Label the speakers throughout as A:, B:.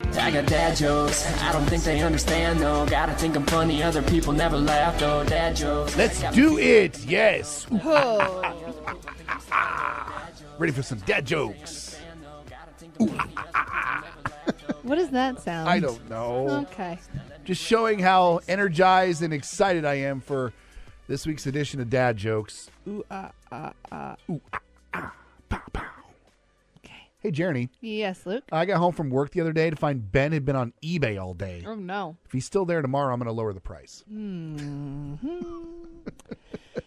A: I got dad jokes. I don't think they understand though. Gotta think I'm funny. Other people never laugh though. Dad jokes.
B: Let's do it. Yes.
C: Oh.
B: Ready for some dad jokes.
C: what does that sound?
B: I don't know.
C: Okay.
B: Just showing how energized and excited I am for this week's edition of Dad Jokes. Ooh, ah, ah, ah. Ooh, ah, ah. Pow, pow.
C: Okay.
B: Hey, Jeremy.
C: Yes, Luke.
B: I got home from work the other day to find Ben had been on eBay all day.
C: Oh no.
B: If he's still there tomorrow, I'm going to lower the price.
C: Mm.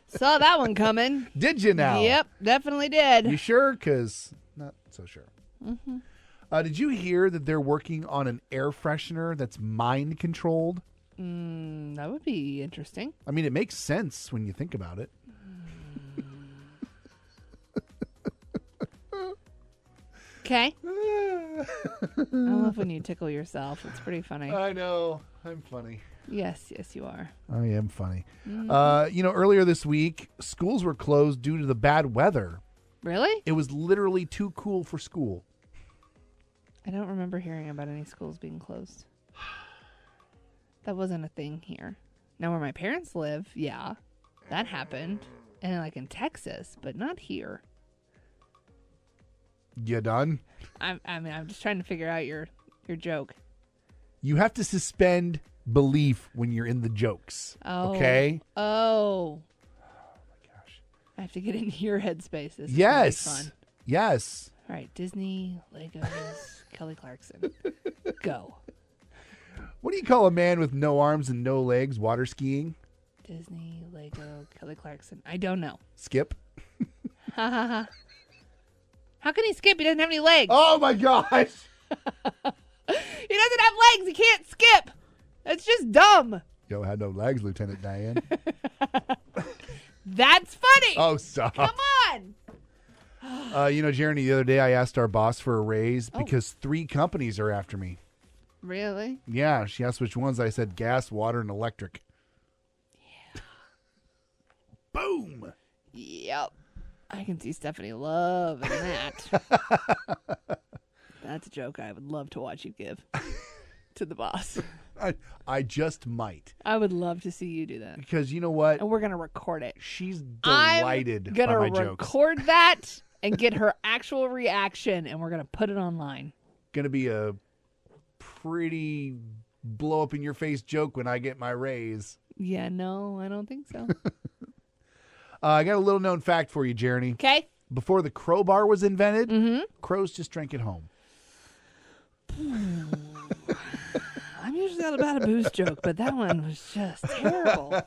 C: Saw that one coming.
B: Did you now?
C: Yep, definitely did.
B: You sure? Because not so sure.
C: Mm-hmm.
B: Uh, did you hear that they're working on an air freshener that's mind controlled?
C: Mm, that would be interesting.
B: I mean, it makes sense when you think about it.
C: Okay.
B: Eh,
C: I love when you tickle yourself. It's pretty funny.
B: I know. I'm funny.
C: Yes, yes, you are.
B: I am funny. Uh, you know, earlier this week, schools were closed due to the bad weather.
C: Really?
B: It was literally too cool for school.
C: I don't remember hearing about any schools being closed. That wasn't a thing here. Now, where my parents live, yeah, that happened. And like in Texas, but not here.
B: You done?
C: I'm, I mean, I'm just trying to figure out your your joke.
B: You have to suspend belief when you're in the jokes.
C: Oh.
B: Okay?
C: Oh. I have to get into your headspace. This is gonna be
B: Yes.
C: fun.
B: Yes.
C: All right, Disney, Legos, Kelly Clarkson. Go.
B: What do you call a man with no arms and no legs water skiing?
C: Disney, Lego, Kelly Clarkson. I don't know.
B: Skip.
C: Ha ha ha. How can he skip? He doesn't have any legs.
B: Oh my gosh.
C: He doesn't have legs. He can't skip. That's just dumb.
B: Yo had no legs, Lieutenant Diane.
C: That's funny.
B: oh, stop.
C: Come on.
B: Uh, you know, Jeremy, the other day I asked our boss for a
C: Oh.
B: raise because three companies are after me.
C: Really?
B: Yeah, she asked which ones. I said gas, water, and electric. Yeah. Boom.
C: Yep. I can see Stephanie loving that. That's a joke I would love to watch you give to the boss.
B: I, I just might
C: I would love to see you do that.
B: because you know what?
C: And we're going to record it.
B: She's
C: I'm
B: delighted by
C: gonna
B: my jokes.
C: record that and get her actual reaction, and we're gonna put it online.
B: Gonna be a pretty blow up in your face joke when I get my raise.
C: Yeah, no, I don't think so.
B: Uh, I got a little known fact for you, Jeremy.
C: Okay.
B: Before the crowbar was invented,
C: Mm-hmm.
B: crows just drank at home.
C: I'm usually all about a booze joke, but that one was just terrible.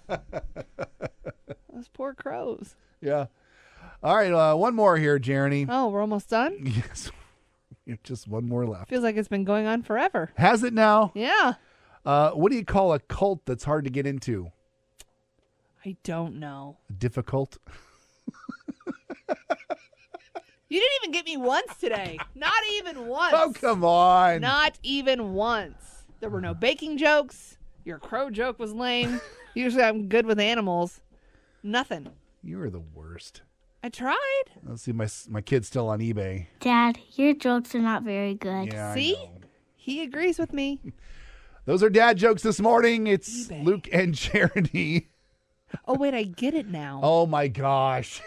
C: Those poor crows.
B: Yeah. All right, uh, one more here, Jeremy.
C: Oh, we're almost done.
B: Yes. Just one more left.
C: Feels like it's been going on forever.
B: Has it now?
C: Yeah.
B: Uh, what do you call a cult that's hard to get into?
C: I don't know.
B: Difficult?
C: You didn't even get me once today. Not even once.
B: Oh, come on.
C: Not even once. There were no baking jokes. Your crow joke was lame. Usually I'm good with animals. Nothing.
B: You are the worst.
C: I tried.
B: Let's see, my my kid's still on eBay.
D: Dad, your jokes are not very good.
B: Yeah, I
C: See?
B: know.
C: He agrees with me.
B: Those are dad jokes this morning. It's
C: eBay.
B: Luke and Charity.
C: Oh, wait, I get it now.
B: Oh my gosh.